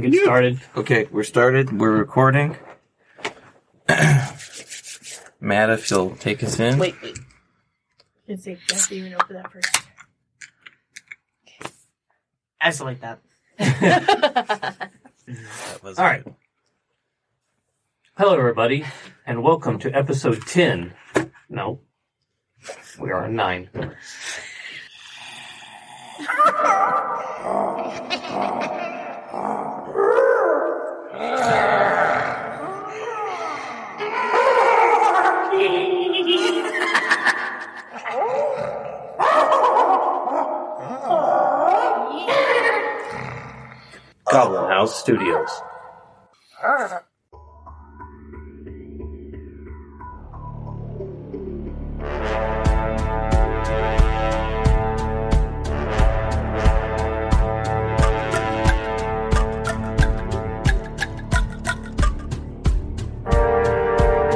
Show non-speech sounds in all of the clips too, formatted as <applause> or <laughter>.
Get started. Okay, we're started. We're recording. <clears throat> Matt, if you'll take us in. Wait, wait. Let's see. I have to even open that Isolate that. <laughs> first. That <laughs> was All right. Hello, everybody, and welcome to episode 10. No, we are on 9. Goblin House Studios.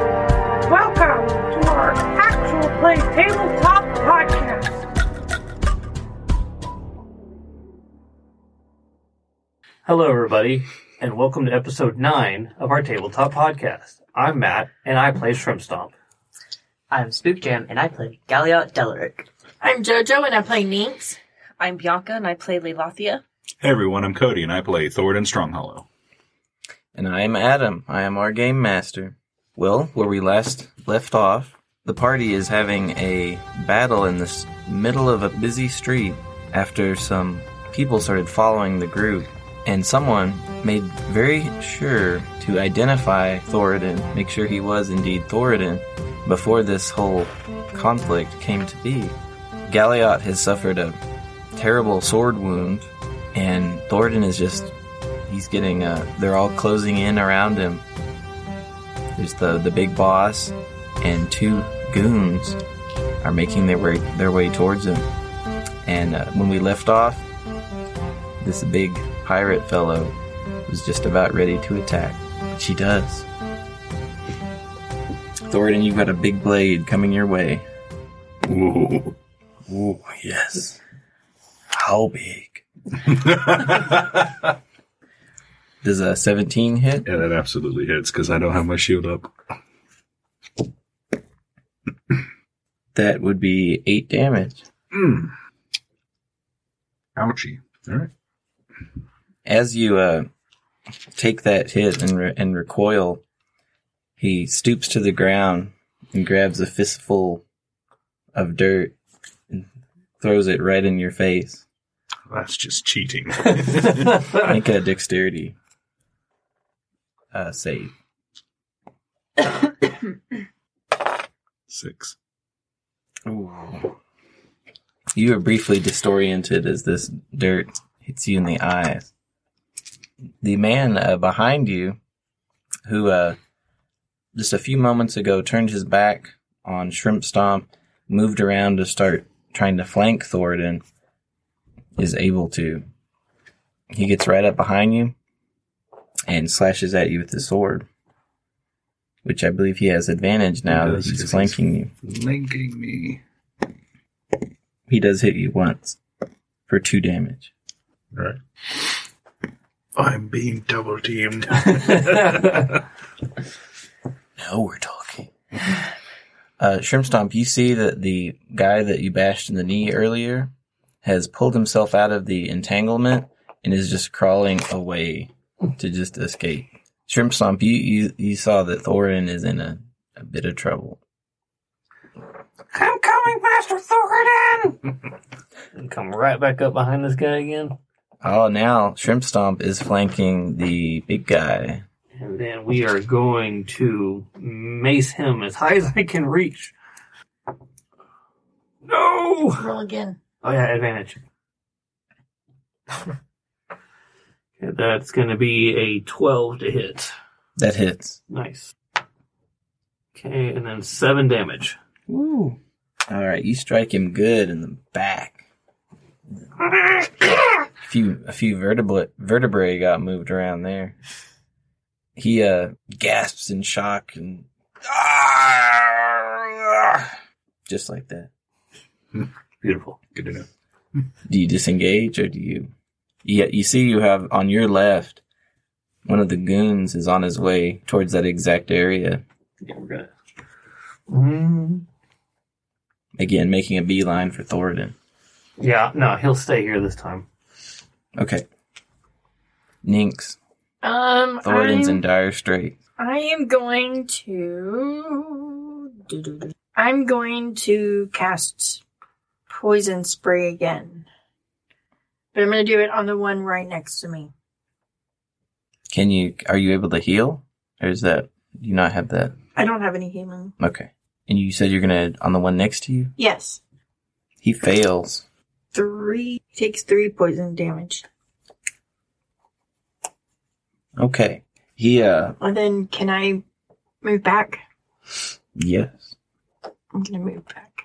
Welcome to our actual play tabletop podcast. Hello, everybody, and welcome to episode 9 of our Tabletop Podcast. I'm Matt, and I play Shrimp <laughs> Stomp. <laughs> I'm Spook Jam, and I play Galliot Delaric. I'm JoJo and I play Ninx. I'm Bianca and I play Leilathia. Hey everyone, I'm Cody and I play Thord in Strong Hollow. And I am Adam. I am our game master. Well, where we last left off, the party is having a battle in the s- middle of a busy street after some people started following the group. And someone made very sure to identify Thoradin, make sure he was indeed Thoradin, before this whole conflict came to be. Galliot has suffered a terrible sword wound, and Thoradin is just he's getting uh they're all closing in around him there's the the big boss and two goons are making their way their way towards him and uh, when we left off this big pirate fellow was just about ready to attack which he does Thoradin, you've got a big blade coming your way. Ooh. <laughs> Ooh, yes. How big? Does a 17 hit? Yeah, that absolutely hits because I don't have my shield up. That would be 8 damage. Mm. Ouchie. All right. as you uh, take that hit and, re- and recoil, he stoops to the ground and grabs a fistful of dirt and throws it right in your face. That's just cheating. Make a dexterity uh, save. <laughs> Six. You are briefly disoriented as this dirt hits you in the eyes. The man uh, behind you, who uh, just a few moments ago turned his back on Shrimp Stomp, moved around to start trying to flank Thoradin, is able to. He gets right up behind you and slashes at you with his sword, which I believe he has advantage now He that does, he's yes, flanking you. Linking me. He does hit you once for two damage. All right. I'm being double <laughs> teamed. Now we're talking. <sighs> Uh, Shrimp Stomp, you see that the guy that you bashed in the knee earlier has pulled himself out of the entanglement and is just crawling away to just escape. Shrimp Stomp, you, you, you saw that Thorin is in a, a bit of trouble. I'm coming, Master Thoradin! Come right back up behind this guy again, Oh, now Shrimp Stomp is flanking the big guy. and then we are going to mace him as high as I can reach. No! Roll again. Oh yeah, advantage. Okay, That's going to be a 12 to hit. That hits. Nice. Okay, and then 7 damage. Woo. All right, you strike him good in the back. A few a few vertebrae vertebrae got moved around there. He uh gasps in shock and "Ah!" just like that. Beautiful. Good to know. Do you disengage or do you? Yeah, you see you have on your left One of the goons is on his way towards that exact area. Yeah, we're gonna. Mm-hmm. Again, making a beeline for Thoradin. Yeah, no, he'll stay here this time. Okay. Ninx, Um, Thoradin's I'm- in dire straits. I am going to. I'm going to cast poison spray again, but I'm going to do it on the one right next to me. Can you, are you able to heal? Or is that, do you not have that? I don't have any healing. Okay. And you said you're gonna, on the one next to you? Yes, He fails. three takes three poison damage, Okay. He, uh, and then can I move back? yes. I'm going to move back.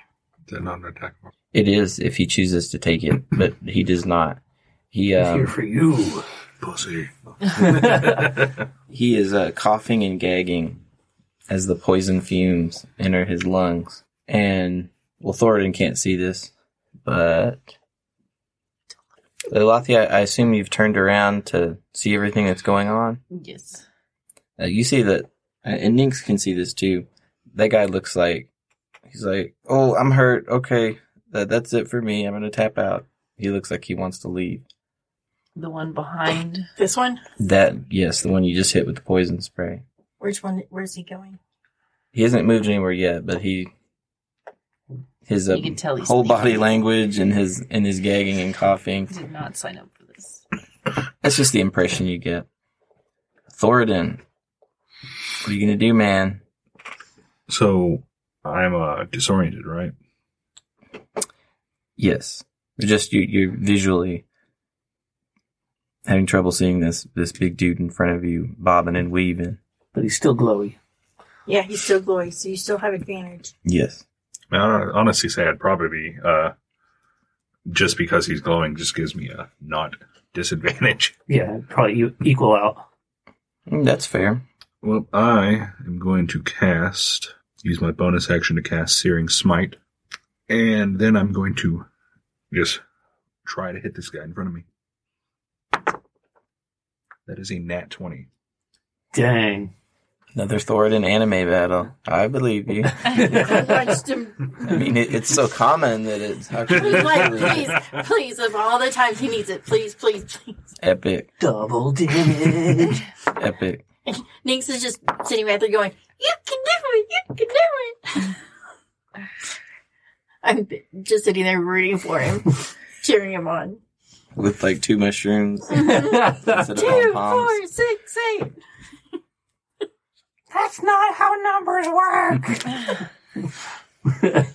They're not attackable. It is if he chooses to take it, but he does not. He, He's here um, for <laughs> you. Pussy. He is uh, coughing and gagging as the poison fumes enter his lungs. And, well, Thoradin can't see this, but. Lelathia, I assume you've turned around to see everything that's going on. Yes. Uh, you see that, and Ninx can see this too. That guy looks like, he's like, oh, I'm hurt. Okay, that, that's it for me. I'm going to tap out. He looks like he wants to leave. The one behind. This one? That, yes, the one you just hit with the poison spray. Which one? Where's he going? he hasn't moved anywhere yet, but he his uh, You can tell he's whole body thinking. language and his and his gagging and coughing. Did not sign up for this. That's just the impression you get. Thoradin, what are you gonna do, man? So I'm uh, disoriented, right? Yes, just you. You're visually having trouble seeing this this big dude in front of you, bobbing and weaving. But he's still glowy. Yeah, he's still glowy, so you still <laughs> have advantage. Yes, I, mean, I don't honestly say I'd probably be uh, just because he's glowing just gives me a not disadvantage. Yeah, probably you equal out. Mm, that's fair. <laughs> Well, I am going to cast, use my bonus action to cast Searing Smite, and then I'm going to just try to hit this guy in front of me. That is a nat 20. Dang. Another Thoradin anime battle. I believe you. Punched him. I mean, it, it's so common that it's how could you He's <laughs> like, really- please, please, of all the times he needs it, please, please, please. epic, <laughs> Double damage. epic. Ninx is just sitting right there going, You can do it, you can do it. <laughs> I'm b- just sitting there rooting for him, <laughs> cheering him on. with like two mushrooms instead of Two, pom four, poms. six, eight. That's not how numbers work.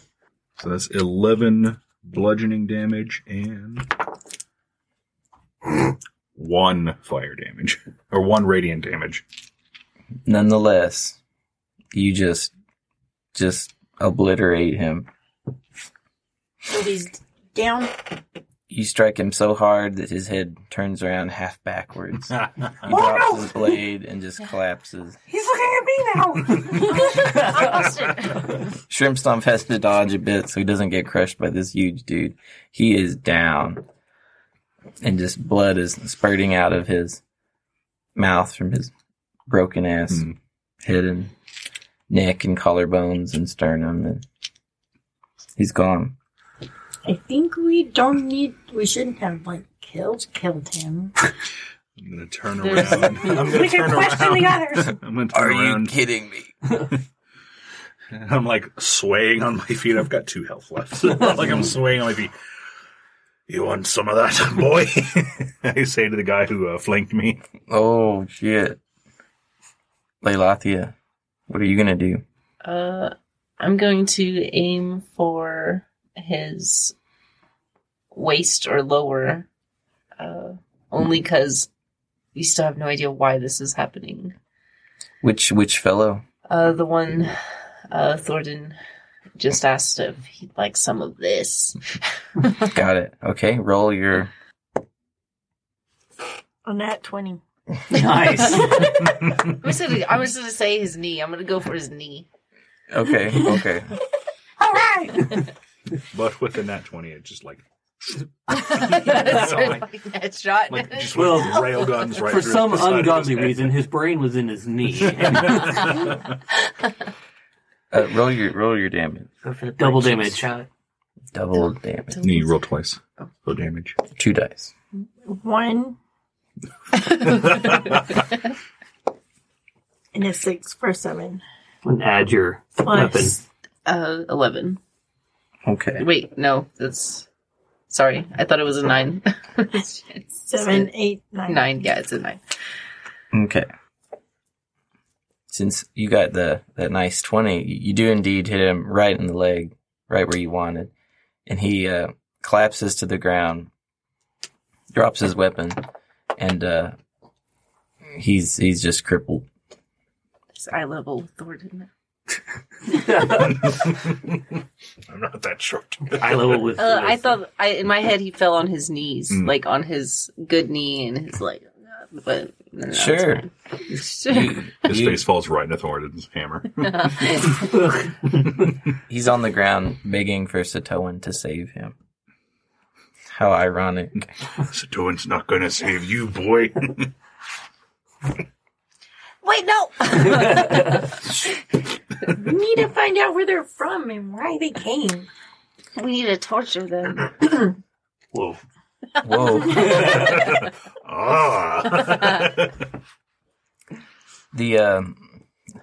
So that's 11 bludgeoning damage and one fire damage, or one radiant damage. Nonetheless, you just just obliterate him. So he's down. You strike him so hard that his head turns around half <laughs> backwards. He I drops his blade and just collapses. He's looking at me now. Shrimp Stomp has to dodge a bit so he doesn't get crushed by this huge dude. He is down. And just blood is spurting out of his mouth from his broken ass Hmm. head and neck and collarbones and sternum and he's gone. I think we don't need, we shouldn't have, like, killed, killed him. am going to turn There's- around. <laughs> I'm going to We can turn question the around. others. <laughs> I'm going to turn around. kidding me? And I'm like swaying on my feet. I've got two health left. <laughs> like I'm swaying on my feet. You want some of that, <laughs> boy? I say to the guy who uh, flanked me. Oh shit. Leilathia, what are you gonna do? Uh, I'm going to aim for his waist or lower, uh, only because we still have no idea why this is happening. Which which fellow? Uh, the one uh, Thornton just asked if he'd like some of this. Got it. Okay, roll your On that 20. nice. <laughs> I was gonna, I was gonna say his knee. I'm gonna go for his <laughs> knee. Okay, okay. But with the nat 20, it just like That's <laughs> like- like that shot. Like <laughs> just Well, well, rail guns right For through some the side of his ungodly head. reason, his brain was in his <laughs> knee and Uh, roll your roll your damage. Go for the Double bird damage. cheeks shot. Double damage. You need to roll twice. Low <laughs> damage. Two dice. One and a six for seven. and add your weapon. Plus uh, eleven. Okay. Wait, no, that's sorry. I thought it was a nine. <laughs> seven, eight, nine. nine. Yeah, it's a nine. Okay. Since you got the that nice twenty, you you do indeed hit him right in the leg, right where you wanted, and he uh, collapses to the ground, drops his weapon, and uh, he's he's just crippled. It's eye level with Thornton. I'm not that short. <laughs> I level with. Uh, I thought I in my head he fell on his knees, Mm. like on his good knee and his like. But no, no, it's Sure. fine. <laughs> <laughs> You- His you- face falls right into Thornton's hammer. He's on the ground begging for Satoan to save him. How ironic. Satoan's not gonna save you, boy. <laughs> Wait, <laughs> no. We need to find out where they're from and why they came. we need to torture them. <laughs> <laughs> Whoa. Whoa. ah. <laughs> the um,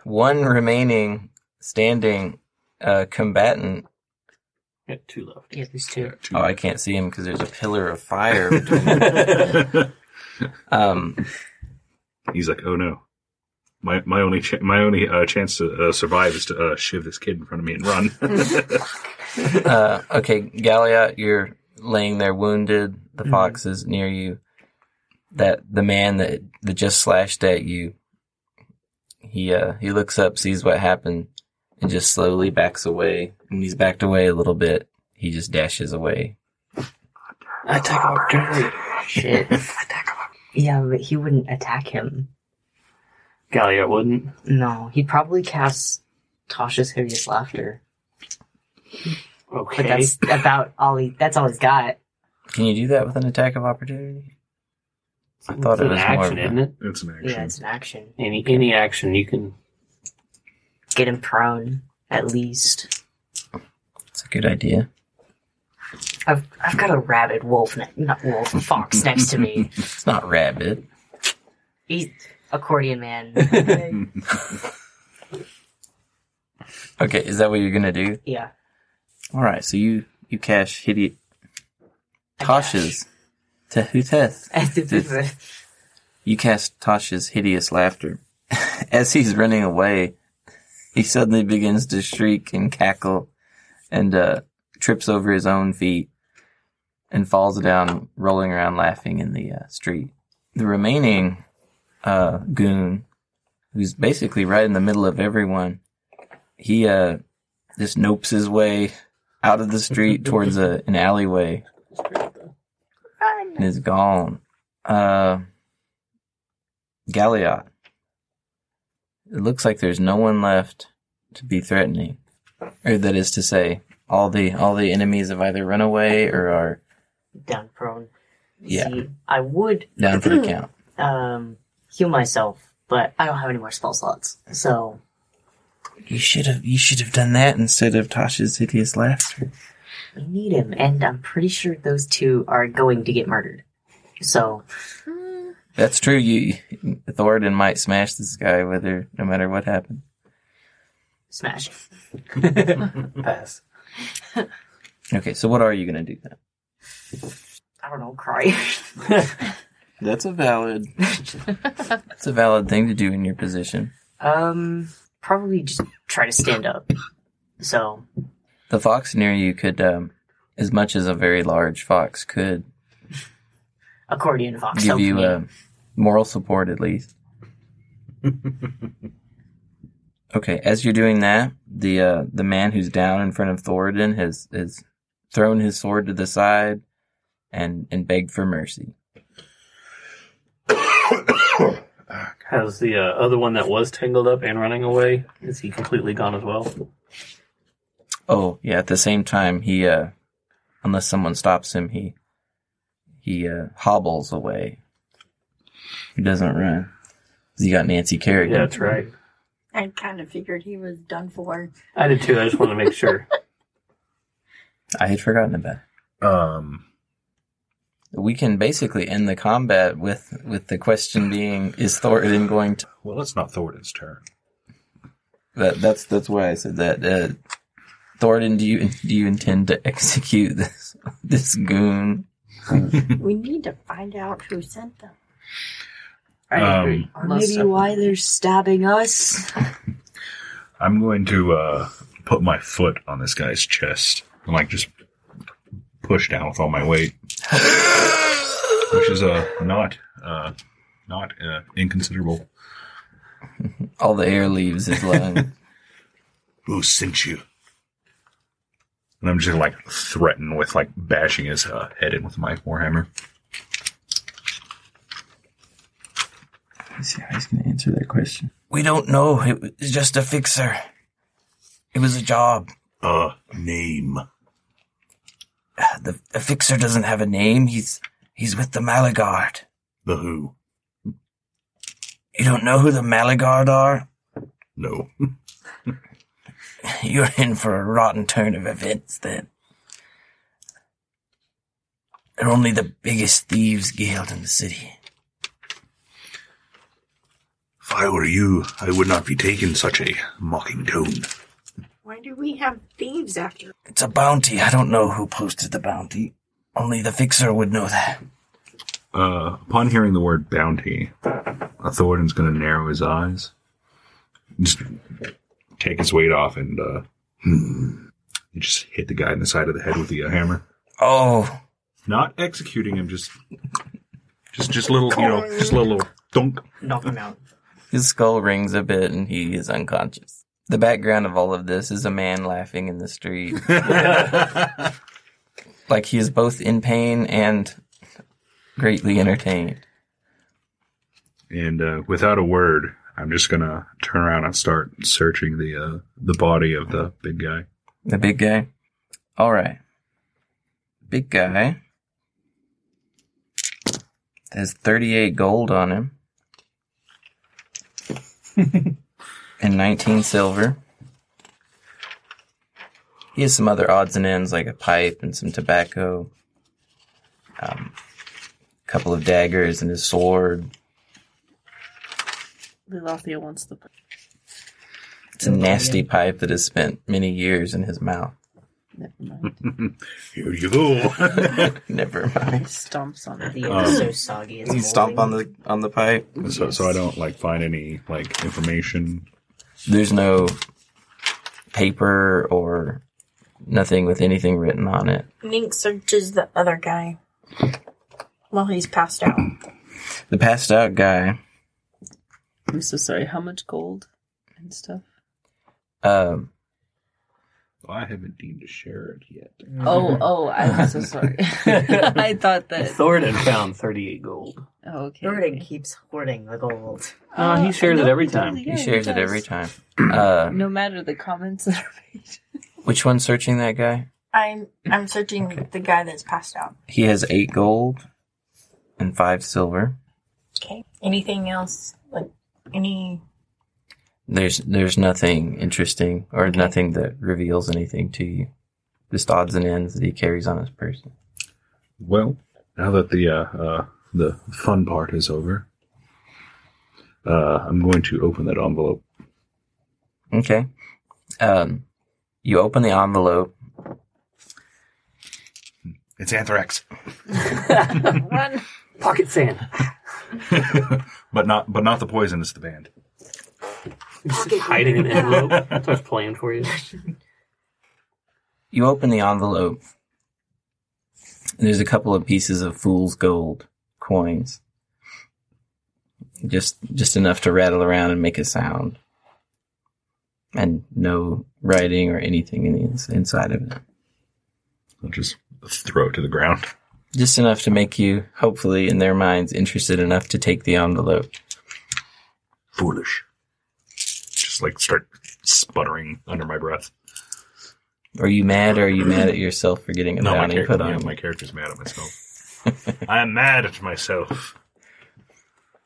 one remaining standing uh, combatant. Got two left. <laughs> Yeah, there's two. Oh, I can't see him because there's a pillar of fire. <laughs> Between um, He's like, oh no. My my only cha- my only uh, chance to uh, survive is to uh, shiv this kid in front of me and <laughs> run. uh, okay, Galliot, you're laying there wounded. The fox is near you. That the man that that just slashed at you. He uh, he looks up, sees what happened, and just slowly backs away. When he's backed away a little bit, he just dashes away. Attack opportunity. Shit. yeah, but he wouldn't attack him. Galliot wouldn't. No, he'd probably cast Tasha's Hideous Laughter. But Okay. that's about all he. That's all he's got. Can you do that with an attack of opportunity? I thought It's it an was more action, of a- isn't it? That's an action. Yeah, it's an action. Any any action you can. Get him prone, at least. It's a good idea. I've I've got a rabid wolf, ne- not wolf, fox next to me. It's not rabid. He's accordion man. Okay, is that what you're gonna do? Yeah, <laughs> All right, so you you cash hidi Tasha's Tehuteth. You cast Tasha's hideous laughter. <laughs> As he's running away, he suddenly begins to shriek and cackle, and uh, trips over his own feet and falls down, rolling around laughing in the uh, street. The remaining uh, goon, who's basically right in the middle of everyone, he uh, just nopes his way out of the street towards a, an alleyway and is gone. Uh, Galliot. It looks like there's no one left to be threatening, or that is to say, all the all the enemies have either run away or are down prone. Yeah. See, I would down for the count. um heal myself, but I don't have any more spell slots. So You should have you should have done that instead of Tasha's hideous laughter. we need him, and I'm pretty sure those two are going to get murdered. So That's true. You Thoradin might smash this guy whether no matter what happened. smash. Pass. Okay, so what are you gonna do then? I don't know, cry. <laughs> That's a valid. <laughs> It's a valid thing to do in your position. um, probably just try to stand up. So The fox near you could, um, as much as a very large fox could, accordion fox give help you me. uh, moral support at least. okay, as you're doing that, the uh, the man who's down in front of Thoradin has has thrown his sword to the side and and begged for mercy. Has the uh, other one that was tangled up and running away? Is he completely gone as well? Oh yeah, at the same time he uh, unless someone stops him, he he uh, hobbles away. He doesn't run. 'Cause He got Nancy Kerrigan. Yeah, that's right. <clears throat> I kind of figured he was done for. <laughs> I did too. I just wanted to make sure. I had forgotten about. it. Um, We can basically end the combat with with the question being: Is Thoradin going to? well, it's not Thoradin's turn. That, that's that's why I said that. Uh, Thoradin, do you do you intend to execute this this goon? We need to find out who sent them. um, I agree. Or Most maybe definitely. why they're stabbing us. I'm going to uh, put my foot on this guy's chest and like just push down with all my <gasps> weight, which is uh, not uh, not uh, inconsiderable. All the air leaves his lungs. <laughs> Who sent you? And I'm just gonna like threaten with like bashing his uh, head in with my warhammer. Let's see how he's going to answer that question. We don't know. It was just a fixer. It was a job. A name. The, the fixer doesn't have a name. He's he's with the Malagard. The who? You don't know who the Malagard are? No. <laughs> You're in for a rotten turn of events then. They're only the biggest thieves guild in the city. If I were you, I would not be taking such a mocking tone. <laughs> Why do we have thieves after? It's a bounty. I don't know who posted the bounty. Only the fixer would know that. Uh, upon hearing the word bounty, Thoradin's going to narrow his eyes, just take his weight off, and uh, hmm, and just hit the guy in the side of the head with the uh, hammer. Oh, Not executing him, just just just little, you know, just little dunk. <laughs> Knock them out. His skull rings a bit and he is unconscious. The background of all of this is a man laughing in the street. like he is both in pain and greatly entertained. And uh, without a word, I'm just going to turn around and start searching the uh, the body of the big guy. The big guy? Alright. Big guy. Has 38 gold on him. and 19 silver. He has some other odds and ends, like a pipe and some tobacco. Um, a couple of daggers and his sword. Lilathia wants the. It's a nasty pipe that has spent many years in his mouth. <laughs> Never mind. Here you go. Never mind. He stomps on it. The air is so soggy. It's um, You stomp on the on the pipe. <laughs> so, so I don't like find any like information. there's no paper or nothing with anything written on it. Nink searches the other guy while he's passed out. The passed out guy, I'm so sorry. How much gold and stuff? um, I haven't deemed to share it yet. <laughs> Oh, oh, I'm <laughs> so sorry. <laughs> I thought that. Thoradin found 38 gold. Oh, okay. Jordan keeps hoarding the gold. Uh, he shares it no, every does, time. yeah, he shares it does. every time. Uh, No matter the comments that are made. which one's searching that guy? I'm I'm searching the guy that's passed out. He has eight gold and five silver. Okay. Anything else? Like any? There's there's nothing interesting or nothing that reveals anything to you. Just odds and ends that he carries on his person. Well, now that the uh, uh, the fun part is over, uh, I'm going to open that envelope. Okay. Um, you open the envelope. It's anthrax, <laughs> Run. Pocket sand. but not but not the poison. It's the band. Just hiding an envelope. <laughs> That's what's playing for you. You open the envelope. And there's a couple of pieces of fool's gold coins. Just just enough to rattle around and make a sound. And no writing or anything in the ins- inside of it. I'll just throw it to the ground. Just enough to make you, hopefully, in their minds, interested enough to take the envelope. Foolish. Just like start sputtering under my breath. Are you mad or are you mad at yourself for getting a No, my, bounty character, put on? yeah, my character's mad at myself. <laughs> I am mad at myself.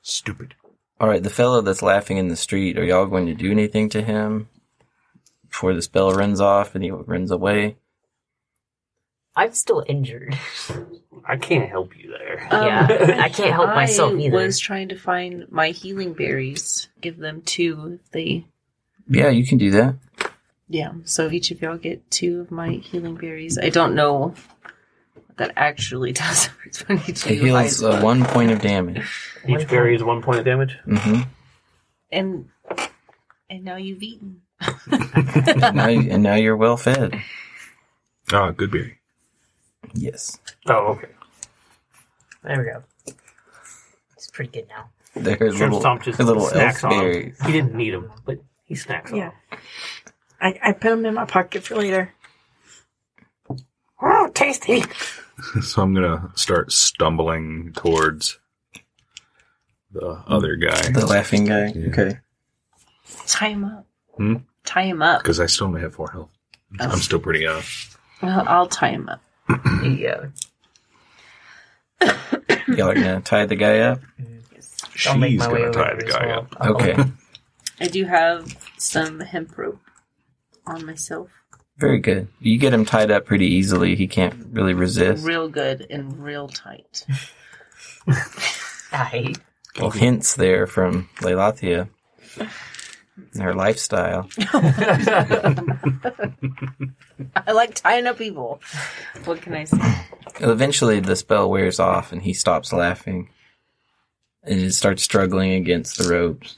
Stupid. All right, the fellow that's laughing in the street, are y'all going to do anything to him before the spell runs off and he runs away? I'm still injured. I can't help you there. <laughs> Um, Yeah, <laughs> I can't help myself either. I was trying to find my healing berries. Give them two. If they Yeah, you can do that. yeah. So each of y'all get two of my healing berries. I don't know what that actually <laughs> does. It's funny to It heals eyes, uh, one point of damage. Each berry is one point of damage. hmm and and now you've eaten. now, you- and now you're well fed. Ah, good berry. Yes, Oh, okay. There we go. It's pretty good now. there's Shrimp little, Stomp just little elf snacks on 'em. berries. He didn't need them, but he snacks on Yeah. 'em. I, I put them in my pocket for later. Oh, tasty! So I'm gonna start stumbling towards the other The Mm-hmm. guy laughing guy. Yeah. Okay. Tie him up. Hmm? Tie him up. because I still only have four health. Oh. I'm still pretty uh. Well, I'll tie him up. There you go. Y'all are gonna tie the guy up. I'll make She's my way gonna over tie the as guy well. up. Oh, Okay. I do have some hemp rope on myself. Very good. You get him tied up pretty easily. He can't really resist. Real good and real tight. <laughs> Aye. Well, hints there from Leilathia. and Her lifestyle. I like tying up people. What can I say? Eventually, the spell wears off and he stops laughing. And he starts struggling against the ropes.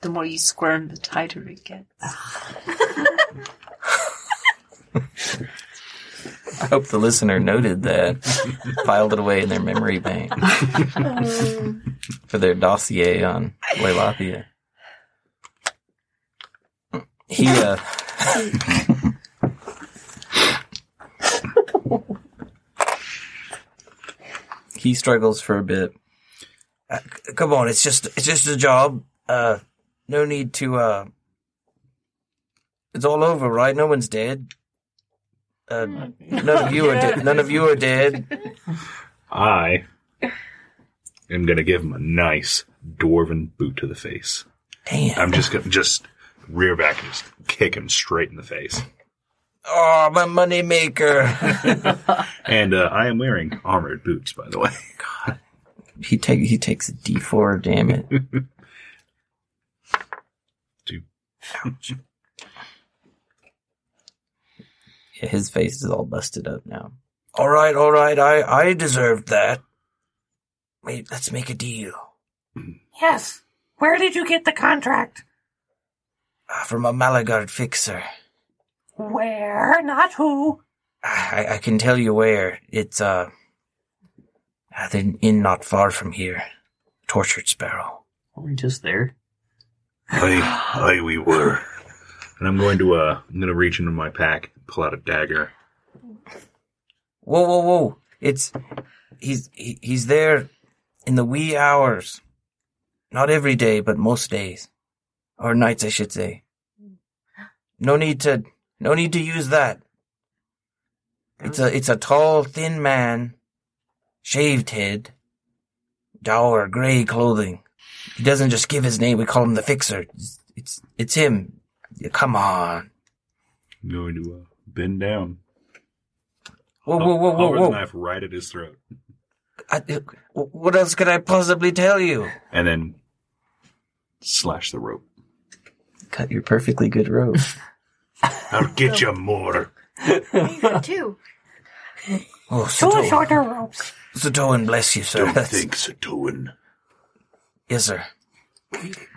The more you squirm, the tighter it gets. I hope the listener noted that, filed it away in their memory bank for their dossier on Leilathia. He, uh. he struggles for a bit. Uh, c- come on, it's just it's just a job. Uh, no need to. Uh, it's all over, right? No one's dead. Uh, none of you are de- none of you are dead. I am gonna give him a nice dwarven boot to the face. Damn. I'm just gonna just rear back and just kick him straight in the face. Oh, my moneymaker. <laughs> And uh, I am wearing armored boots, by the way. <laughs> he take he takes a D four. Damn it. Two. Yeah, his face is all busted up now. All right, all right. I I deserved that. Wait, let's make a deal Yes. Where did you get the contract? Ah, from a Malagard fixer. Where, not who. Ah, I, I can tell you where. It's uh, at an inn not far from here. Tortured Sparrow. Aren't we just there? Aye, aye, we were. And I'm going to uh, I'm gonna reach into my pack, pull out a dagger. Whoa, whoa, whoa! It's he's he, he's there in the wee hours. Not every day, but most days, or nights, I should say. No need to, no need to use that. It's a it's a tall, thin man, shaved head, dour gray clothing. He doesn't just give his name. We call him the Fixer. It's it's, it's him. Yeah, Come on. I'm going to uh, bend down. Whoa, whoa, whoa, whoa, Hover the whoa! knife right at his throat, I, what else could I possibly tell you? and then slash the rope. cut your perfectly <laughs> good rope. <laughs> I'll get you more. You got two. Oh, Two Satoan, shorter ropes. Satoan bless you, sir. Don't That's- think so, doing. Yes, sir.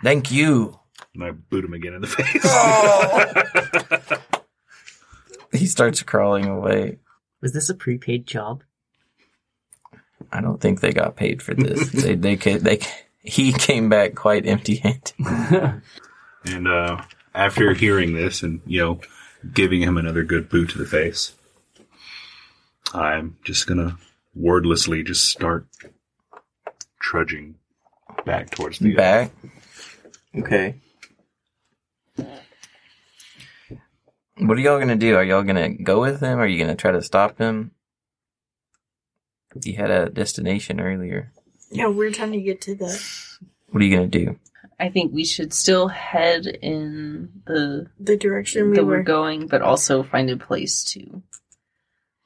Thank you. And I boot him again in the <laughs> face. Oh. He starts crawling away. Was this a prepaid job? I don't think they got paid <laughs> for this. they, they, ca- they, ca- he came back quite empty-handed. And uh, after hearing this and, you know, giving him another good boot to the face, I'm just going to wordlessly just start trudging back towards <laughs> the Back. Okay. What are y'all gonna do? Are y'all gonna go with him? Are you gonna try to stop him? You had a destination earlier. Yeah, we're trying to get to the What are you gonna do? I think we should still head in the the direction we that were we're going, but also find a place to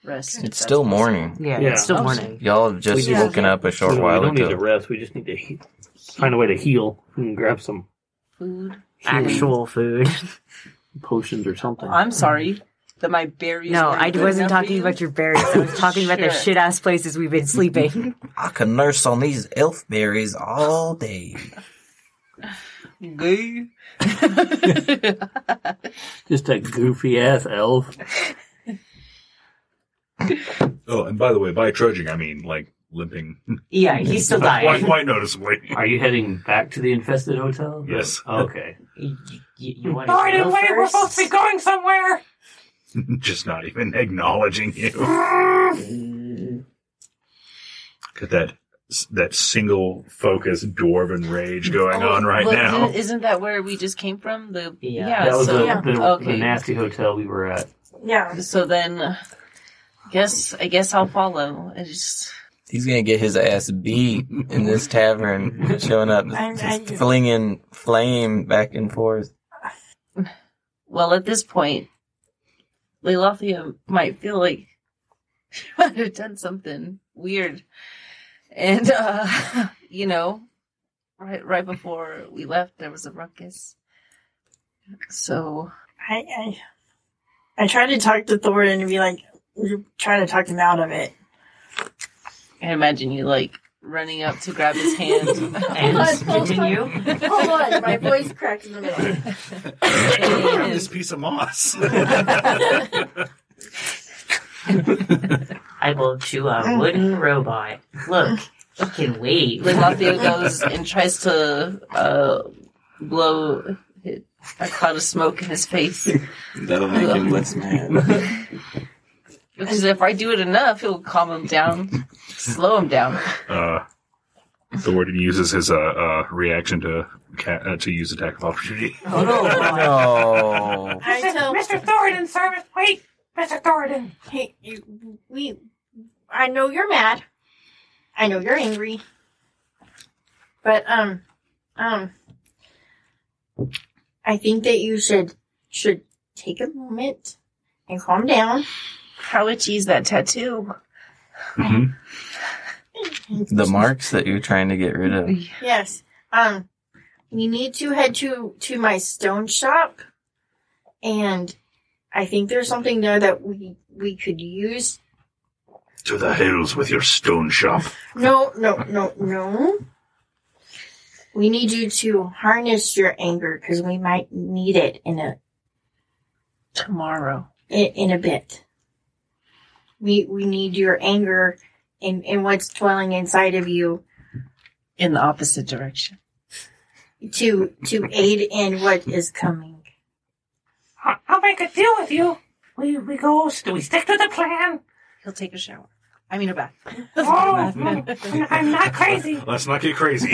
rest. if that's It's still possible. morning. Yeah, Yeah. it's still Oh, morning. Y'all have just We just- woken up a short we while don't need to ago. rest. We just need to he- find a way to heal and grab some Food. Actual food. <laughs> potions or something. Oh, I'm sorry that my berries. No, weren't I good wasn't enough for talking you. about your berries. I was talking about the Sure. <laughs> shit ass places we've been sleeping. I can nurse on these elf berries all day. Gay. Just a goofy ass elf. Oh, and by the way, by trudging, I mean like limping <laughs> yeah, he's <laughs> <laughs> still quite, dying. quite noticeably. Are you heading back to the infested hotel? Yes. Okay. You, you, you want By to the go way, we're supposed first? to be going somewhere. Just not even acknowledging you. Got that that single focus dwarven rage Oh, going on right Well, now. isn't- Isn't that where we just came from? The Yeah. that was so, the, yeah. the, the okay. nasty hotel we were at. Yeah. So then, uh, guess I guess I'll follow. I just He's gonna get his ass beat in this tavern. Just showing up, I'm- I'm- just flinging flame back and forth. well at this point, Leilothia might feel like she <laughs> might have done something weird, and uh, <laughs> you know, right right before we left, there was a ruckus. So I, I I tried to talk to Thorin and be like try to talk him out of it. I imagine you like running up to grab his hand. <laughs> And continue. Hold on, my voice cracked in the middle. <laughs> Grab this piece of moss. I will chew a wooden robot. Look, he can <laughs> wave. Lafayette goes and tries to uh, blow hi- a cloud of smoke in his face. That'll make him less <laughs> mad. Because if I do it enough, it'll calm him down, slow him down. <laughs> uh, Thorin uses his uh, uh, reaction to ca- uh, to use attack of opportunity. Oh, No. I Mr. tell Mr. Thorin, service. Wait, Mr. Thorin. hey, you, we I know you're mad. I know you're angry. But um um I think that you should should take a moment and calm down. How itchy is that tattoo? The marks that you're trying to get rid of. Yes. Um, you need to head to to my stone shop, and I think there's something there that we we could use. <laughs> To the hills with your stone shop. No, no, no, no. We need you to harness your anger because we might need it in a Tomorrow. in, in a bit. We we need your anger and and what's dwelling inside of you In the opposite direction. to to aid in what is coming. I- I'll make a deal with you. We we go. Do we stick to the plan? He'll take a shower. I mean, a <laughs> bath. Oh, mm, I'm not crazy. Let's not get <laughs> crazy.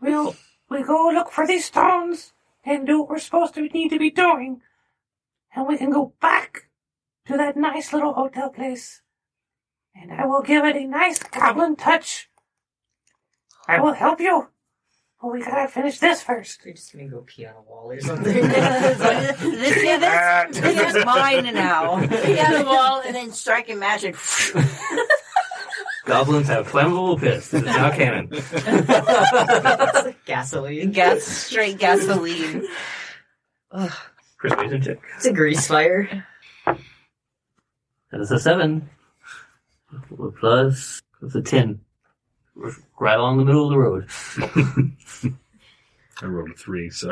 We'll we go look for these stones and do what we're supposed to need to be doing, and we can go back to that nice little hotel place. And I will give it a nice goblin touch. I will help you. But we gotta finish this first. You're just gonna go pee on a wall or something. this, this, this is mine now. Yeah, the wall and then striking magic. Goblins have flammable piss. This is now canon. <laughs> Gasoline. Gas, straight gasoline. Ugh. Persuasion check. <laughs> It's a grease fire. That is a seven. Plus, it's a ten. We're right along the middle of the road. I rolled a three, so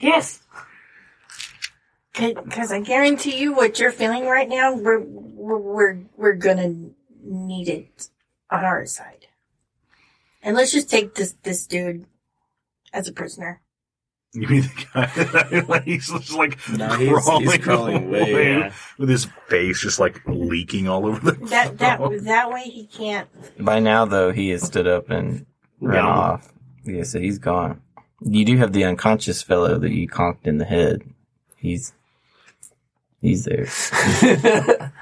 Yes. Because I guarantee you, what you're feeling right now, we're we're we're, we're gonna need it on our side. And let's just take this this dude as a prisoner. you mean the guy that like, he's just like No, he's- he's crawling, crawling away way out. with his face just like leaking all over the <laughs> That that ground. that way he can't. By now, though, he has stood up and run Gone. off. Yeah, so he's gone. You do have the unconscious fellow that you conked in the head. He's he's there. <laughs>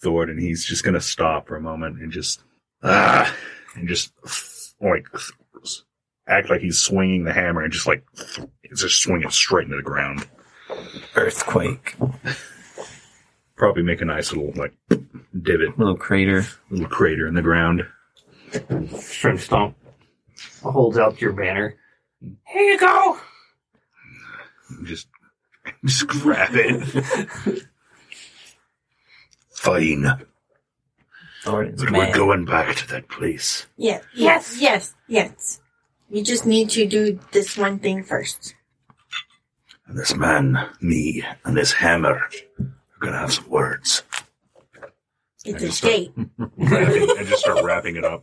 Thord, and he's just gonna stop for a moment and just ah, and just like act like he's swinging the hammer and just like th- just swing it straight into the ground. Earthquake, Probably make a nice little like divot, little crater. little crater in the ground. Shrimp Stomp holds out your banner. Here you go. and Just just grab it. Fine, Thornton's but we're mad. going back to that place. Yeah. Yes. Yes. Yes. Yes. You just need to do this one thing first. And this man, me, and this hammer are gonna have some words. It's I a just don't- date. Wrapping, and just start wrapping it up.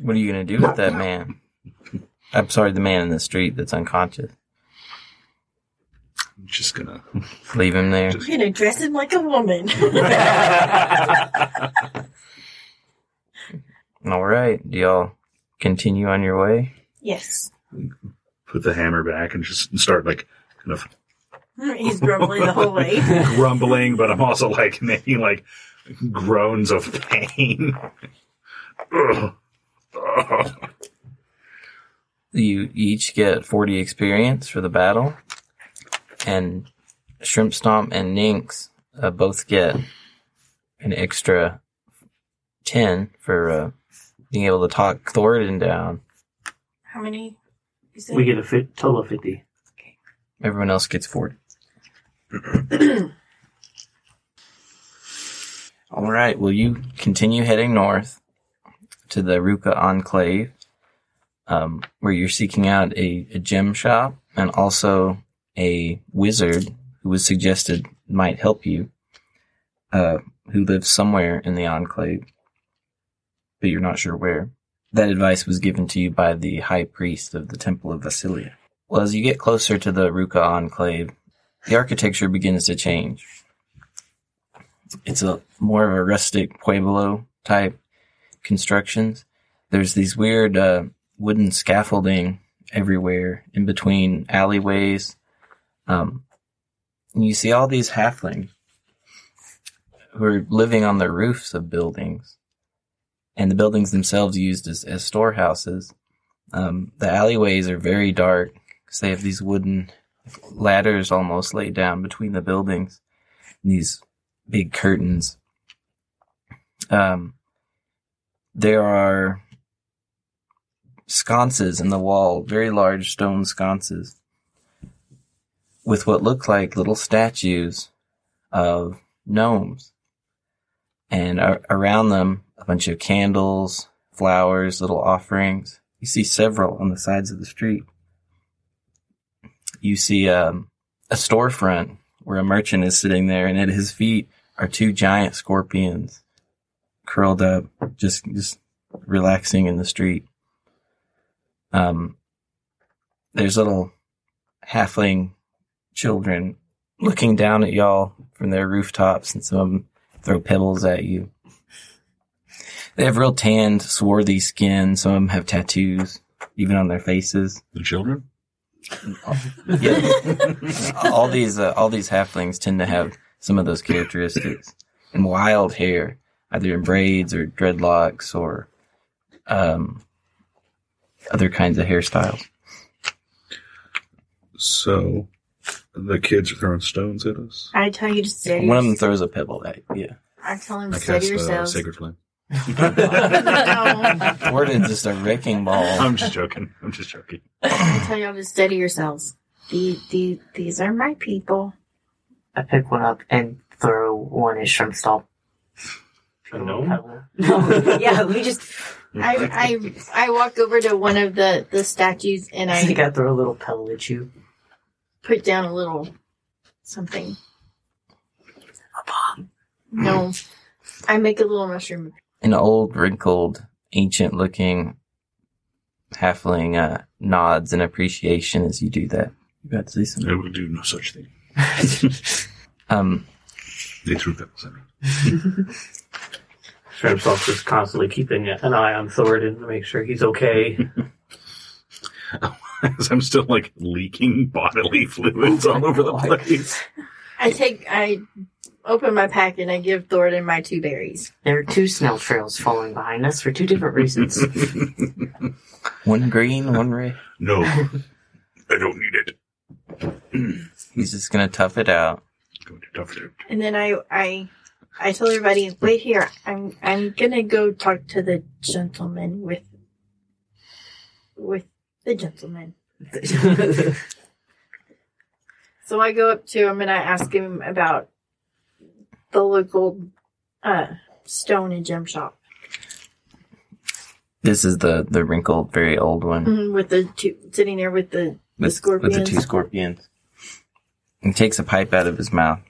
What are you gonna do with that man? I'm sorry, the man in the street that's unconscious. I'm just gonna Leave him there. Just- You're gonna dress him like a woman. <laughs> All right, do y'all continue on your way? yes. <laughs> put the hammer back and just start like kind of He's grumbling the whole <laughs> way. grumbling, but I'm also like <laughs> making like groans of <laughs> pain. Ugh. Ugh. You each get 40 experience for the battle, and Shrimp Stomp and Ninx uh, both get an extra 10 for uh, being able to talk Thoradin down. How many? Is We get a fit, total of 50. Everyone else gets 40. <clears throat> All right, will you continue heading north to the Ruka Enclave, um, where you're seeking out a, a gem shop and also a wizard who was suggested might help you, uh, who lives somewhere in the Enclave, but you're not sure where. That advice was given to you by the high priest of the Temple of Vasilia. Well, as you get closer to the Ruka Enclave, the architecture begins to change. It's a more of a rustic pueblo type constructions. There's these weird uh, wooden scaffolding everywhere in between alleyways. Um, and you see all these halflings who are living on the roofs of buildings, and the buildings themselves used as, as storehouses. Um, the alleyways are very dark because they have these wooden ladders almost laid down between the buildings, and these big curtains. Um, there are sconces in the wall, very large stone sconces, with what look like little statues of gnomes. And a- around them, a bunch of candles, flowers, little offerings. You see several on the sides of the street you see um, a storefront where a merchant is sitting there, and at his feet are two giant scorpions curled up, just just relaxing in the street. Um, there's little halfling children looking down at y'all from their rooftops, and some of them throw pebbles at you. They have real tanned, swarthy skin. Some of them have tattoos, even on their faces. The children? Yes. <laughs> all these uh, all these halflings tend to have some of those characteristics and wild hair, either in braids or dreadlocks or um, other kinds of hairstyles. So the kids are throwing stones at us. I tell you to steady. One of them throws a pebble at yeah. I tell him I to steady cast uh, yourselves. Sacred Flame. <laughs> no, Warden's just a wrecking ball. <laughs> I'm just joking. I'm just joking. I tell y'all to steady yourselves. The, the, these are my people. I pick one up and throw one at Shrimp Stomp. yeah, we just. I, I I walk over to one of the the statues <laughs> and I think I I throw a little pebble at you. put down a little something. A bomb. No, I make a little mushroom. An old, wrinkled, ancient-looking halfling uh, nods in appreciation as you do that. You got to see I some. will do no such thing. Um, They threw pebbles at me. Shrimpsoft just constantly keeping an eye on Thoradin to make sure he's okay. As <laughs> I'm still like leaking bodily <laughs> fluids all over the <laughs> place. I take, I open my pack and I give Thoradin my two berries. There are two snail trails falling behind us for two different <laughs> reasons. <laughs> One green, one red. <laughs> No, I don't need it. He's just gonna tough it out. Going to tough it. And then I, I, I tell everybody, wait here. I'm, I'm gonna go talk to the gentleman with, with the gentleman. So I go up to him and I ask him about the local uh, stone and gem shop This is the the wrinkled, very old one Mhm, with the two sitting there with the with scorpions. with the two scorpions. He takes a pipe out of his mouth.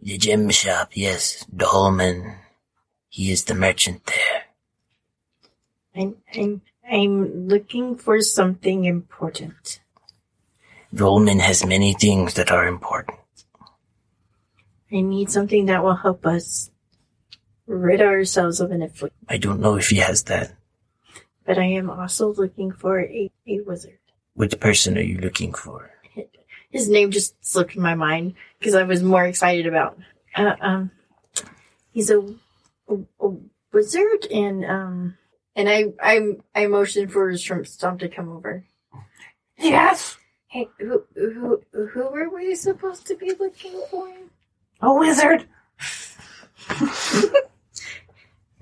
The gem shop, yes. Dolman. He is the merchant there. I'm, I'm, I'm looking for something important. Dolman has many things that are important. I need something that will help us rid ourselves of an affliction. I don't know if he has that. But I am also looking for a, a wizard. Which person are you looking for? His name just slipped my mind because I was more excited about. Uh, um, he's a, a, a wizard, and um, and I I I motioned for Shrimp Stomp to come over. Yes, Hey, who who who were we supposed to be looking for? a wizard.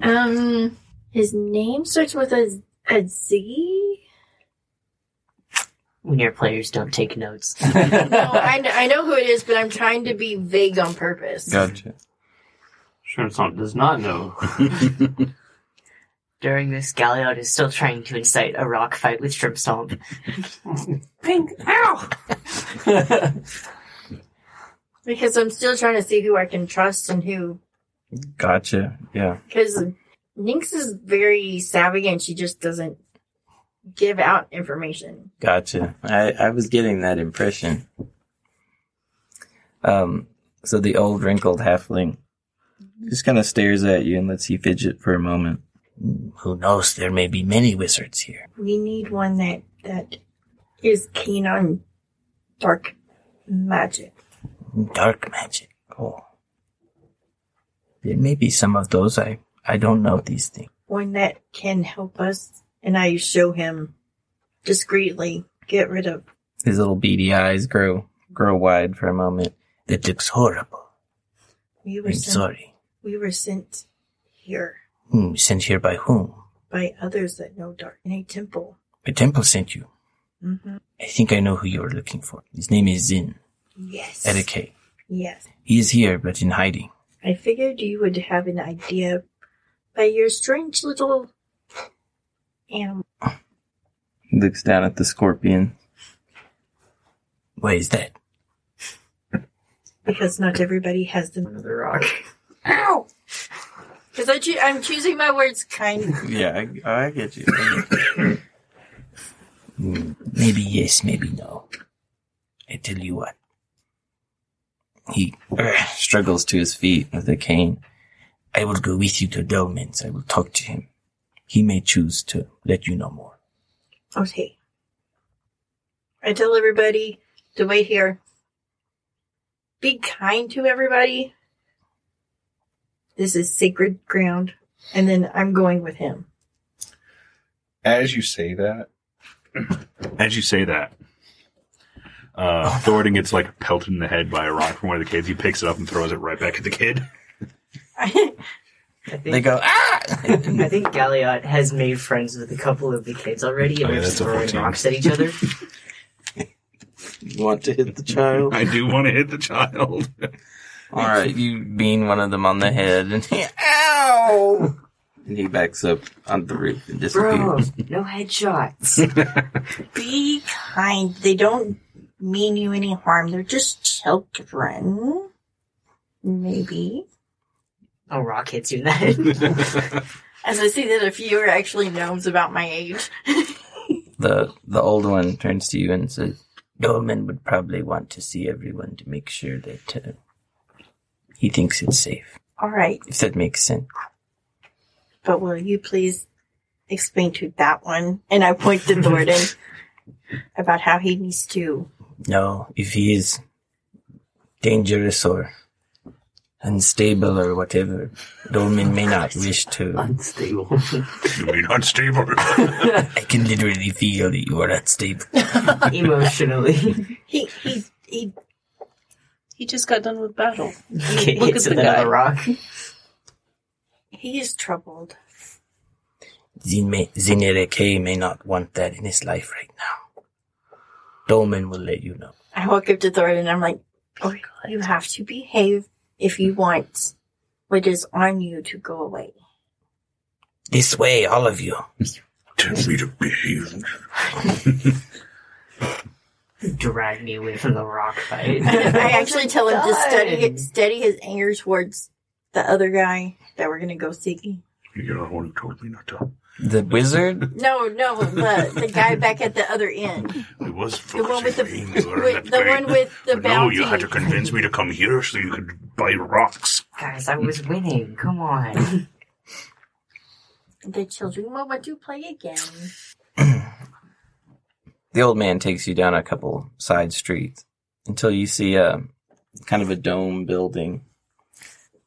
Um, his name starts with a a Z. when your players don't take notes. No, I, kn- I know who it is, but I'm trying to be vague on purpose. Gotcha. Shrimpsoft does not <laughs> know. During this, Galliard is still trying to incite a rock fight with Shrimp Stomp. Pink. Ow! Because I'm still trying to see who I can trust and who Gotcha. Yeah. Because Nynx is very savvy and she just doesn't give out information. Gotcha. I, I was getting that impression. Um, so the old wrinkled halfling just kind of stares at you and lets you fidget for a moment. Who knows? There may be many wizards here. We need one that that is keen on dark magic. Dark magic. Oh. There may be some of those. I, I don't know these things. One that can help us. And I show him discreetly get rid of. His little beady eyes grow grow wide for a moment. That looks horrible. We were I'm sent, sorry. we were sent here Hmm, sent here by whom? by others that know dark in a temple. A temple sent you. hmm I think I know who you are looking for. His name is Zin, Yes. Erike. Yes. He is here, but in hiding. I figured you would have an idea by your strange little animal. He looks down at the scorpion. Why is that? because not everybody has them under the rock. Ow! Because I choo- I'm choosing my words kind. Yeah, I, I get you. Hmm, Maybe yes, maybe no. I tell you what. He Struggles to his feet with a cane. I will go with you to Dolman's. I will talk to him. He may choose to let you know more. Okay. I tell everybody to wait here. Be kind to everybody. This is sacred ground. And then I'm going with <laughs> him. As you say that, as you say that, uh, Thoradin gets like pelted in the head by a rock from one of the kids. He picks it up and throws it right back at the kid. I think, They go, ah! I think Galliard has made friends with a couple of the kids already Oh, and yeah, they're that's just a throwing 14. rocks at each <laughs> other. You want to hit the child? I do want to hit the child. <laughs> All right, you bean one of them on the head, and he, ow! And he backs up on the roof and Bro, disappears. no headshots. <laughs> Be kind. They don't mean you any harm. They're just children. Maybe. A Oh, rock hits you in the <laughs> head. As I see that a few are actually gnomes about my age. The the old one turns to you and says, Dolman would probably want to see everyone to make sure that uh, he thinks it's safe. All right, if that makes sense. but will you please explain to that one? And I point to <laughs> Thornton about how he needs to. No, if he is dangerous or unstable or whatever, Dolman may not wish to. Unstable. You mean unstable? I can literally feel that you are unstable. <laughs> <laughs> Emotionally. He he he. He just got done with battle. Get Look hit at to the the guy. rock. He is troubled. Zinereke may not want that in his life right now. Dolman will let you know. I walk up to Thornton and I'm like, oh, you have to behave if you want what is on you to go away. This way, all of you. Tell me to behave. Drag me away from the rock <laughs> <laughs> fight. I actually tell him to steady, steady his anger towards the other guy that we're gonna go seeking. You're the one who told me not to. The wizard? No, no, the the guy back at the other end, It was the one with the forcing me to learn with, that the way. one with the But No, bounty. you had to convince me to come here so you could buy rocks. Guys, I was winning. Come on. The children will want to play again. The old man takes you down a couple side streets until you see a kind of a dome building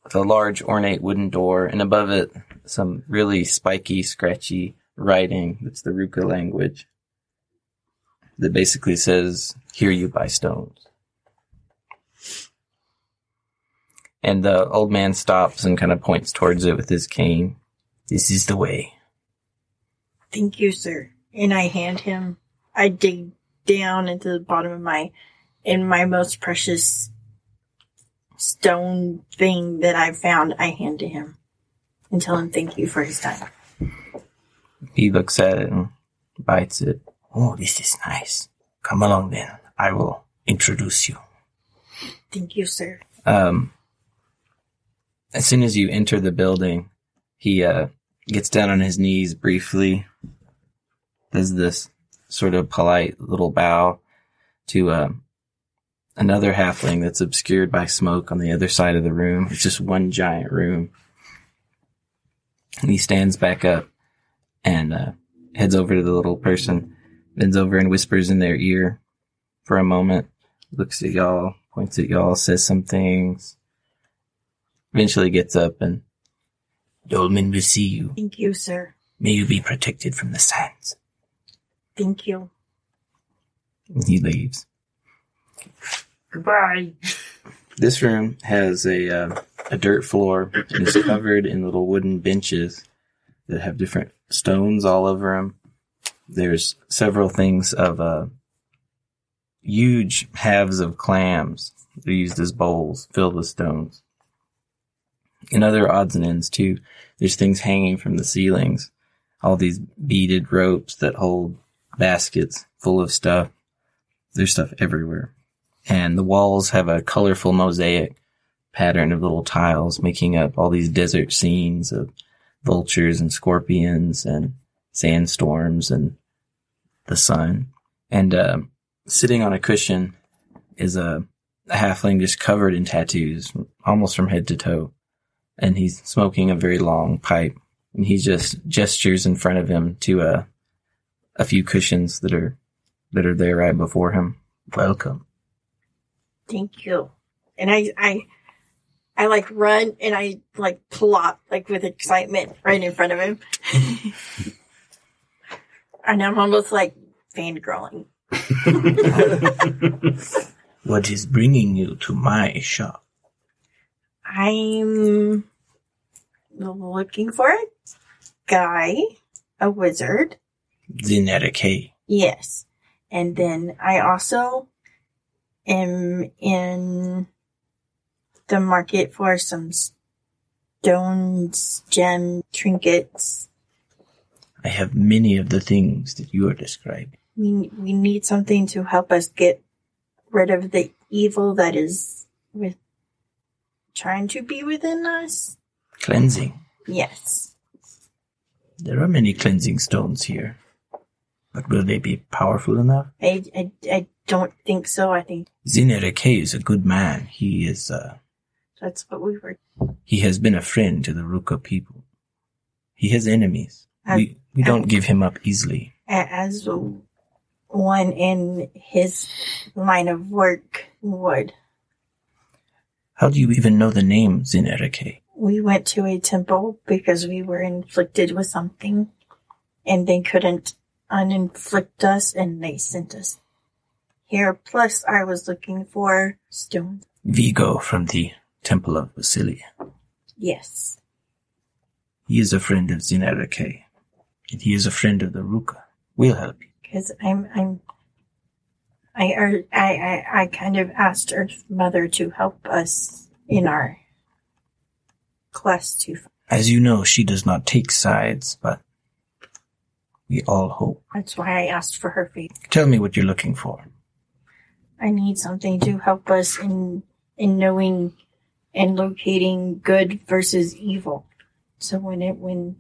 with a large ornate wooden door and above it some really spiky, scratchy writing that's the Ruka language that basically says, Hear you by stones. And the old man stops and kind of points towards it with his cane. This is the way. Thank you, sir. And I hand him. I dig down into the bottom of my, in my most precious stone thing that I found. I hand to him and tell him thank you for his time. He looks at it and bites it. Oh, this is nice. Come along then. I will introduce you. Thank you, sir. Um, as soon as you enter the building, he uh, gets down on his knees briefly, does this sort of polite little bow to uh, another halfling that's obscured by smoke on the other side of the room. It's just one giant room. And he stands back up and uh, heads over to the little person, bends over and whispers in their ear for a moment looks at y'all, points at y'all, says some things. Eventually gets up and Dolman will see you. Thank you, sir. May you be protected from the sands. Thank you. he leaves. Goodbye. This room has a uh, a dirt floor and is covered in little wooden benches that have different stones all over them. There's several things of uh, huge halves of clams. They're used as bowls filled with stones. And other odds and ends too. There's things hanging from the ceilings. All these beaded ropes that hold baskets full of stuff. There's stuff everywhere and the walls have a colorful mosaic pattern of little tiles making up all these desert scenes of vultures and scorpions and sandstorms and the sun. And um sitting on a cushion is a, a halfling just covered in tattoos, almost from head to toe. And he's smoking a very long pipe. And he just gestures in front of him to a, a few cushions that are that are there right before him. Welcome. Thank you. And I, I, I like run and I like plop like with excitement right in front of him. <laughs> and I'm almost like fangirling. What is bringing you to my shop? I'm looking for a guy, a wizard. Zinereke. Yes. And then I also am in the market for some stones, gem trinkets. I have many of the things that you are describing. We, we need something to help us get rid of the evil that is with trying to be within us. Cleansing. Yes. There are many cleansing stones here. But will they be powerful enough? I, I, I don't think so. I think Zinereke is a good man. He is uh, That's what we were. He has been a friend to the Ruka people. He has enemies. I- we we don't give him up easily. a- As one in his line of work would. How do you even know the name, Zinerike? We went to a temple because we were inflicted with something, and they couldn't uninflict us, and they sent us here. Plus, I was looking for stones. Vigo from the Temple of Basilia. Yes. He is a friend of Zinerike, and he is a friend of the Ruka. We'll help you. because I'm I'm I, er, I I I kind of asked Earth Mother to help us in our quest to. find- As you know, she does not take sides, but we all hope. That's why I asked for her faith. Tell me what you're looking for. I need something to help us in in knowing and locating good versus evil. So when it when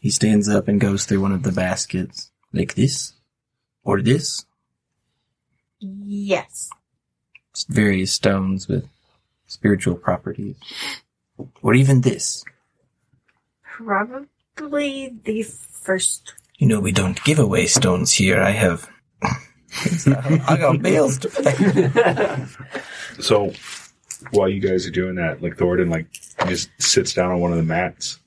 He stands up and goes through one of the baskets. Like this? Or this? yes, Various stones with spiritual properties. Or even this. probably the first. You know, we don't give away stones here. I have. <laughs> I got bills to pay. So while you guys are doing that, like Thornton like just sits down on one of the mats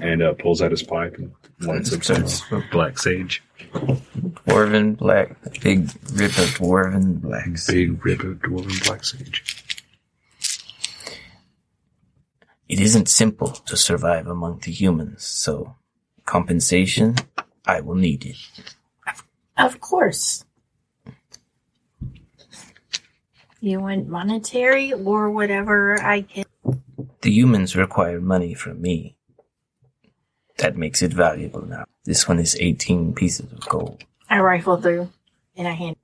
and uh, pulls out his pipe and lights up some black sage. Dwarven black, the big rip of dwarven blacks. Big rib of dwarven black sage. It isn't simple to survive among the humans, so compensation, I will need it. Of course. You want monetary or whatever I can. The humans require money from me. That makes it valuable now. This one is 18 pieces of gold. I rifle through and I hand.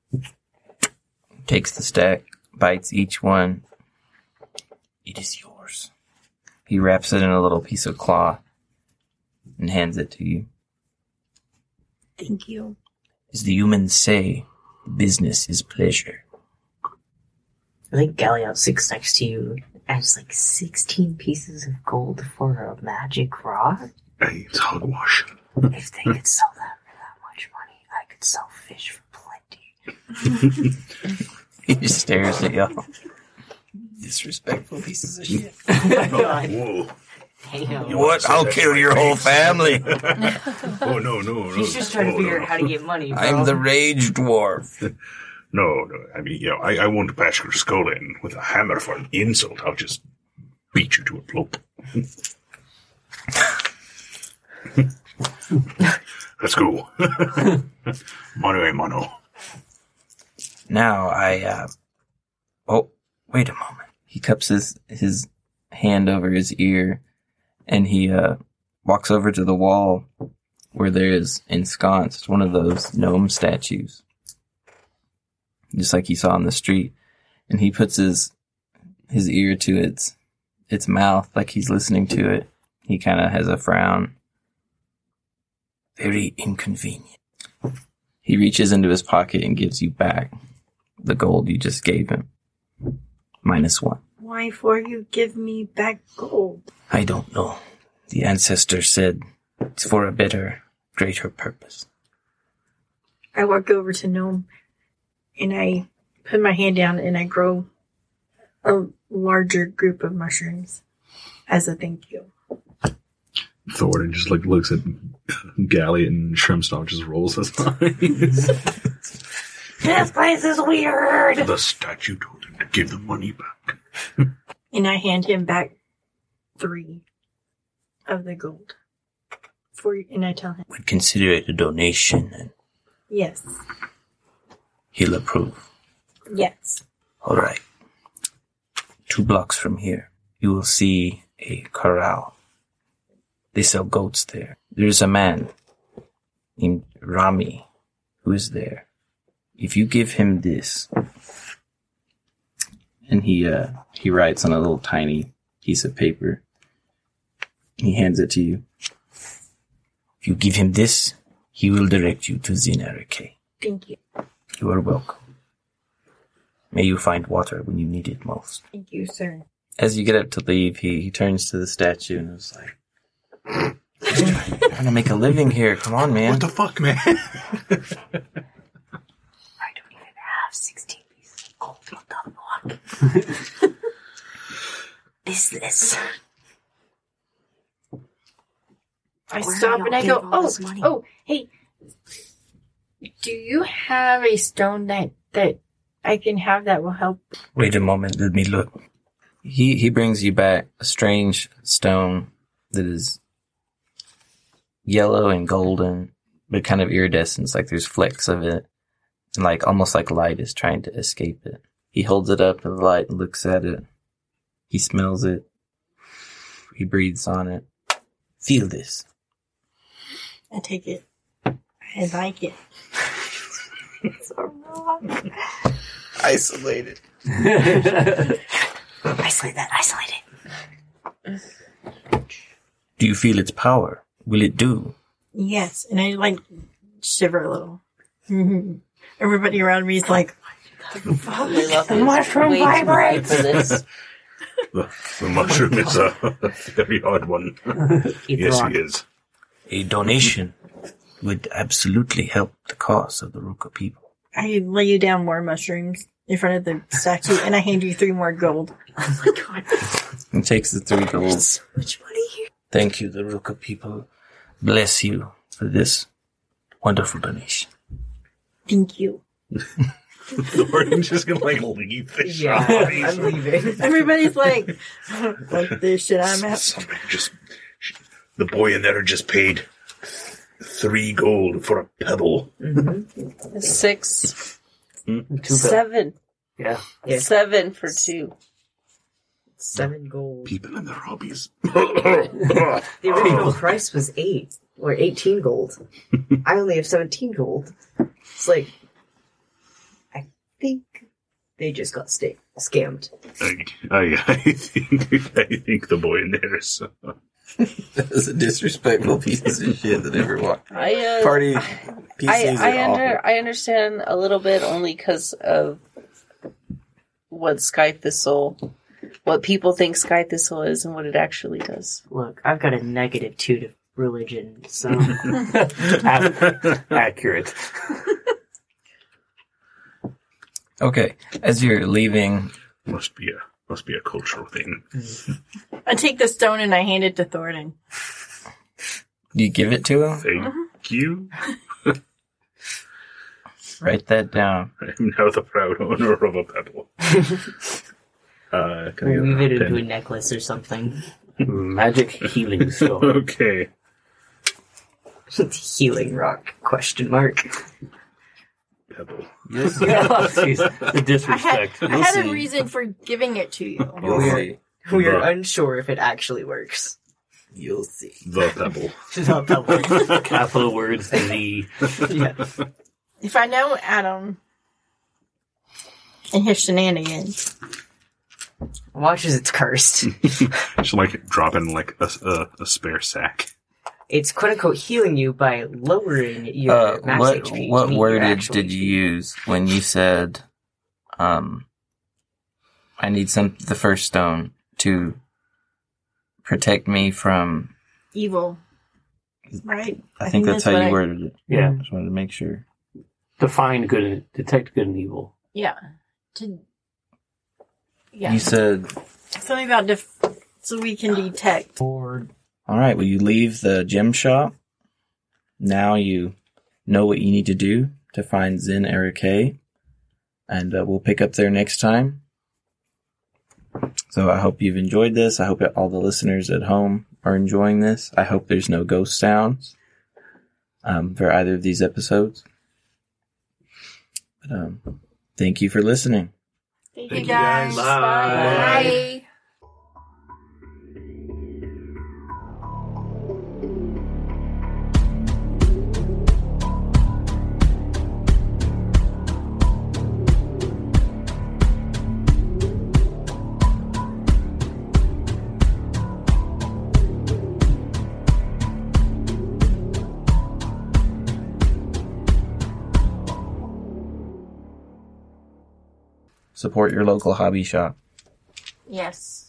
Takes the stack, bites each one. It is yours. He wraps it in a little piece of cloth and hands it to you. Thank you. As the humans say, business is pleasure. I think Galliot sits next to you and it's like 16 pieces of gold for a magic rod. Hey, it's hogwash. if they could sell that for that much money, I could sell fish for plenty. <laughs> He just stares at y'all. Disrespectful pieces of shit. <laughs> Whoa. Hang on. What? I'll kill your whole family. Oh, no, no, no. He's just trying to Oh, figure no. out how to get money. Bro. I'm the rage dwarf. No, no. I mean, you know, I, I won't bash your skull in with a hammer for an insult. I'll just beat you to a pulp. <laughs> Let's go. <laughs> mano a mano. Now I, uh. Oh, wait a moment. He cups his his hand over his ear and he uh walks over to the wall where there is ensconced one of those gnome statues. Just like he saw on the street. And he puts his his ear to its its mouth like he's listening to it. He kinda has a frown. Very inconvenient. He reaches into his pocket and gives you back the gold you just gave him. Minus one. Why for you give me back gold? I don't know. The ancestor said it's for a better, greater purpose. I walk over to Gnome and I put my hand down and I grow a larger group of mushrooms as a thank you. Thornton just like looks at Galley and Shrimpstock just rolls his eyes. This place is weird. <laughs> the statue told him to give the money back. And I hand him back three of the gold. For and I tell him Would consider it a donation and yes, he'll approve. yes. All right. Two blocks from here, you will see a corral. They sell goats there. There's a man named Rami who is there. If you give him this and he uh he writes on a little tiny piece of paper. He hands it to you. If you give him this, he will direct you to Zinarike. Thank you. You are welcome. May you find water when you need it most. Thank you, sir. As you get up to leave, he, he turns to the statue and is like, I'm trying to make a living here. Come on, man. What the fuck, man? I don't even have 16 pieces of gold on the block. Business. I Where stop y'all and I get go, all oh, this money?" oh, hey, do you have a stone that that I can have that will help? Wait a moment. Let me look. he, he brings you back a strange stone that is yellow and golden, but kind of iridescent. Like there's flecks of it. And like almost like light is trying to escape it. He holds it up to the light and looks at it. He smells it. He breathes on it. Feel this. I take it. I like it. Isolated. Isolate that, isolate it. Do you feel its power? Will it do? Yes, and I like shiver a little. <laughs> Everybody around me is like, They love The it. mushroom Way too hard vibrates. for this. the, the mushroom is a very odd one. Eat the yes, rock. he is. A donation would absolutely help the cause of the Ruka people. I lay you down more mushrooms in front of the statue, and I hand you three more gold. Oh my god, And takes the three golds. so much money here. Thank you, the Ruka people. Bless you for this wonderful <laughs> donation. Thank you. Thorin's just gonna like leave the shop. I'm leaving. Everybody's like, <laughs> fuck this shit, I'm out. Somebody just the boy in there just paid three gold for a pebble. Six, Two pills. seven, Yeah. Yeah. seven for two. Seven gold. People in their <laughs> hobbies. The original price was eight or eighteen gold. I only have seventeen gold. It's like I think they just got sta- scammed. I, I, I think I think the boy in there is. uh, That was a disrespectful piece of shit that ever walked. I uh, <laughs> Party I, pieces I are awful. under I understand a little bit only because of what Sky Thistle, what people think Sky Thistle is, and what it actually does. Look, I've got a negative two to religion, <laughs> so Ac- accurate. Okay, as you're leaving, Must be a must be a cultural thing. I take the stone and I hand it to Thornton. you give it to him. Thank you. <laughs> Write that down. I am now the proud owner of a pebble. uh, can I get weave it a into a pen? necklace or something. Magic healing stone. <laughs> Okay. It's <laughs> healing rock question mark. Pebble. You'll see. Oh, jeez. the I had, disrespect. I had see. a reason for giving it to <laughs> you. You'll see. We are Right. unsure if it actually works. You'll see. The pebble. <laughs> Not that <laughs> one. Capital words, the. yeah. If I know Adam and his shenanigans, Watch as it's cursed. Hmm. Just like dropping like a, a, a spare sack. It's quote unquote healing you by lowering your Uh, max what HP. what to meet your wordage actual did you HP. use when you said, um, I need some the first stone to protect me from? evil, right? I, think, that's, how what you I- worded it. Yeah. Just wanted to make sure. Define good and detect good and evil. Yeah. To, yeah. You said Something about def- so we can detect. All right. Well, you leave the gem shop. Now you know what you need to do to find Zen Erike, and uh, we'll pick up there next time. So I hope you've enjoyed this. I hope that all the listeners at home are enjoying this. I hope there's no ghost sounds um, for either of these episodes. But, um, thank you for listening. Thank, you, guys. Bye. Bye. Support your local hobby shop. Yes.